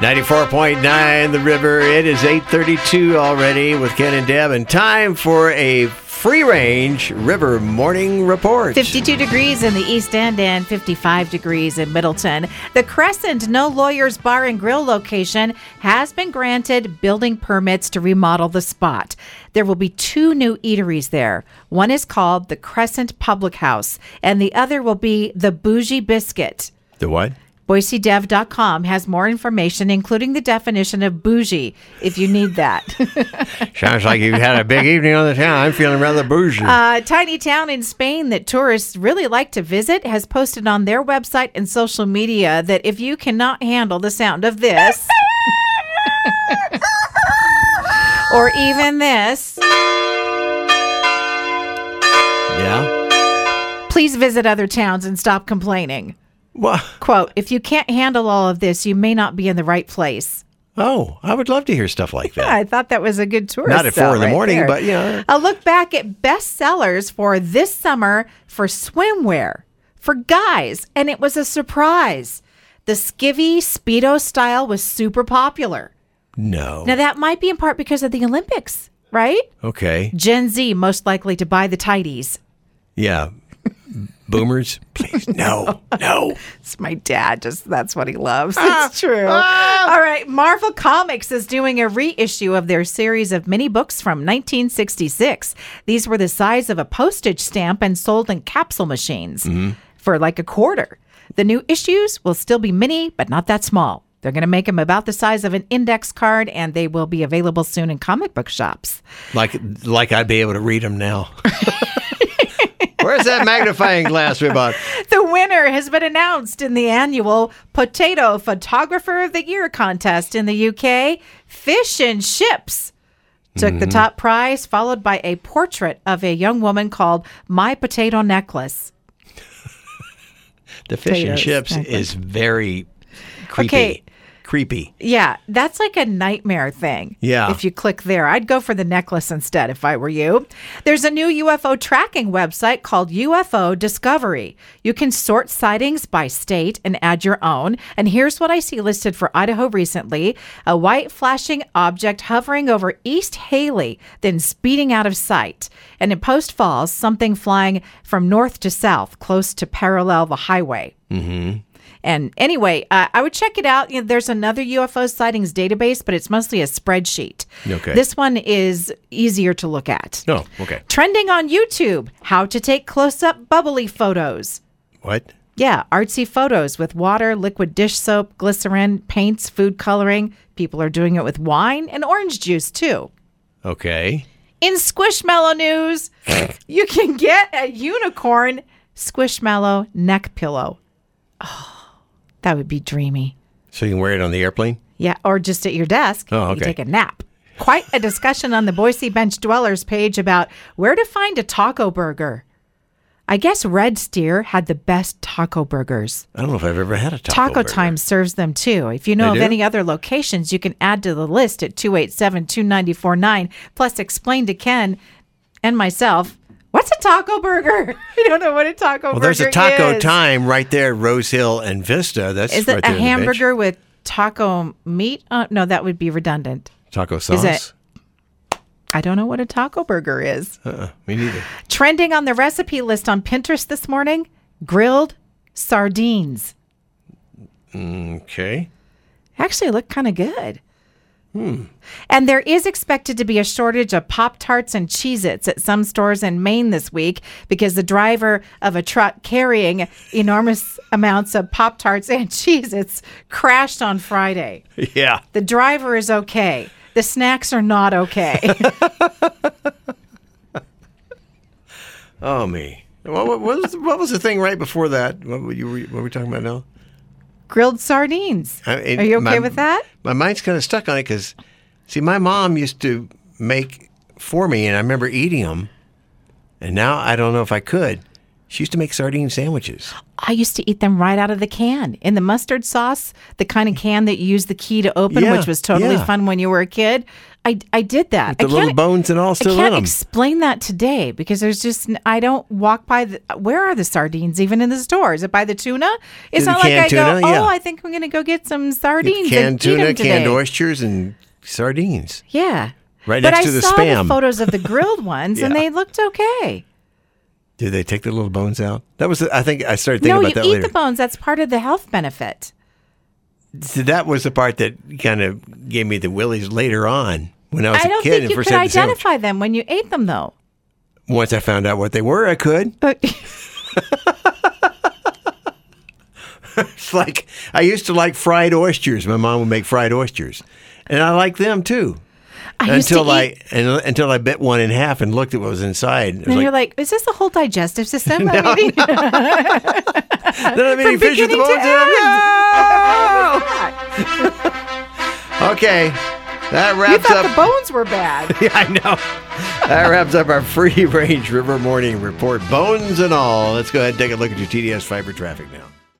94.9 The River. It is 8:32 already with Ken and Deb and time for a free-range river morning report. 52 degrees in the East End and 55 degrees in Middleton. The Crescent No Lawyers Bar and Grill location has been granted building permits to remodel the spot. There will be two new eateries there. One is called the Crescent Public House, and the other will be the Bougie Biscuit. The what? BoiseDev.com has more information, including the definition of bougie, if you need that. Sounds like you've had a big evening on the town. I'm feeling rather bougie. A tiny town in Spain that tourists really like to visit has posted on their website and social media that if you cannot handle the sound of this or even this, yeah. please visit other towns and stop complaining. Well, Quote, if you can't handle all of this, you may not be in the right place. oh, I would love to hear stuff like that. I thought that was a good tourist. Not at four sell in the right morning, there. but, you know. a look back at bestsellers for this summer for swimwear for guys, and it was a surprise. The skivvy speedo style was super popular. No. Now that might be in part because of the Olympics, right? Okay. Gen Z most likely to buy the tidies. Yeah. Boomers, please. No. No. It's my dad. Just that's what he loves. it's true. All right. Marvel Comics is doing a reissue of their series of mini books from 1966. These were the size of a postage stamp and sold in capsule machines for like a quarter. The new issues will still be mini, but not that small. They're going to make them about the size of an index card, and they will be available soon in comic book shops. Like like I'd be able to read them now. Where's that magnifying glass we bought? The winner has been announced in the annual Potato Photographer of the Year contest in the UK. Fish and Ships took the top prize, followed by a portrait of a young woman called My Potato Necklace. The fish and Potatoes, chips exactly. is very creepy. Okay. Creepy. Yeah, that's like a nightmare thing. Yeah. If you click there, I'd go for the necklace instead if I were you. There's a new UFO tracking website called UFO Discovery. You can sort sightings by state and add your own. And here's what I see listed for Idaho recently a white flashing object hovering over East Haley, then speeding out of sight. And in Post Falls, something flying from north to south, close to parallel the highway. And anyway, uh, I would check it out. You know, there's another UFO sightings database, but it's mostly a spreadsheet. Okay. This one is easier to look at. No. Okay. Trending on YouTube how to take close up bubbly photos. What? Yeah, artsy photos with water, liquid dish soap, glycerin, paints, food coloring. People are doing it with wine and orange juice too. Okay. In Squishmallow news, you can get a unicorn Squishmallow neck pillow. Oh, that would be dreamy. So you can wear it on the airplane? Yeah, or just at your desk. Oh, You okay. take a nap. Quite a discussion on the Boise Bench Dwellers page about where to find a taco burger. I guess Red Steer had the best taco burgers. I don't know if I've ever had a taco. Taco burger. Time serves them too. If you know They of do? any other locations, you can add to the list at 287 2949. Plus, explain to Ken and myself what's a taco burger? I don't know what a taco burger Well, is. there's a taco time right there, Rose Hill and Vista. That's Is right it there a in the bench. hamburger with taco meat? Uh, no, that would be redundant. taco sauce? it- I don't know what a taco burger is. Uh-uh, me neither. Trending on the recipe list on Pinterest this morning grilled sardines. Okay. Actually look kind of good. Hmm. And there is expected to be a shortage of Pop Tarts and Cheez Its at some stores in Maine this week because the driver of a truck carrying enormous amounts of Pop Tarts and Cheez Its crashed on Friday. Yeah. The driver is okay, the snacks are not okay. Oh me. What, what, what, was, what was the thing right before that? What were you what were we talking about now? grilled sardines. I- it- Are you okay my- with that? My mind's kind of stuck on it because, see, my mom used to make for me, and I remember eating them, and now I don't know if I could. She used to make sardine sandwiches. I used to eat them right out of the can in the mustard sauce, the kind of can that you use the key to open, Yeah, which was totally yeah. fun when you were a kid. I, I did that. The I little can't- bones and all still I in can't them. explain that today because there's just n- I don't walk by the where are the sardines even in the store? Is it by the tuna? It's The not like I canned go, tuna, yeah. oh, I think I'm gonna go get some sardines canned and eat tuna, them today. canned oysters, and sardines. Yeah, Right but next I to the saw Spam. the photos of the grilled ones and Yeah. they looked okay. Did they take the little bones out? That was. The, I think I started thinking no, about you that eat later. the bones. That's part of the health benefit. So that was the part that kind of gave me the willies later on when I was I a don't kid think and you first could had the sandwich. identify them when you ate them though. Once I found out what they were, I could. But It's like I used to like fried oysters. My mom would make fried oysters, and I liked them too. I used Until to I eat, and, until I bit one in half and looked at what was inside. It was and like, you're like, is this the whole digestive system? I'm eating Then I'm eating From fish with the beginning to bones in 'em. No! okay, that You wraps thought the up. bones were bad. yeah, I know. That wraps up our free range river morning report, bones and all. Let's go ahead and take a look at your TDS fiber traffic now.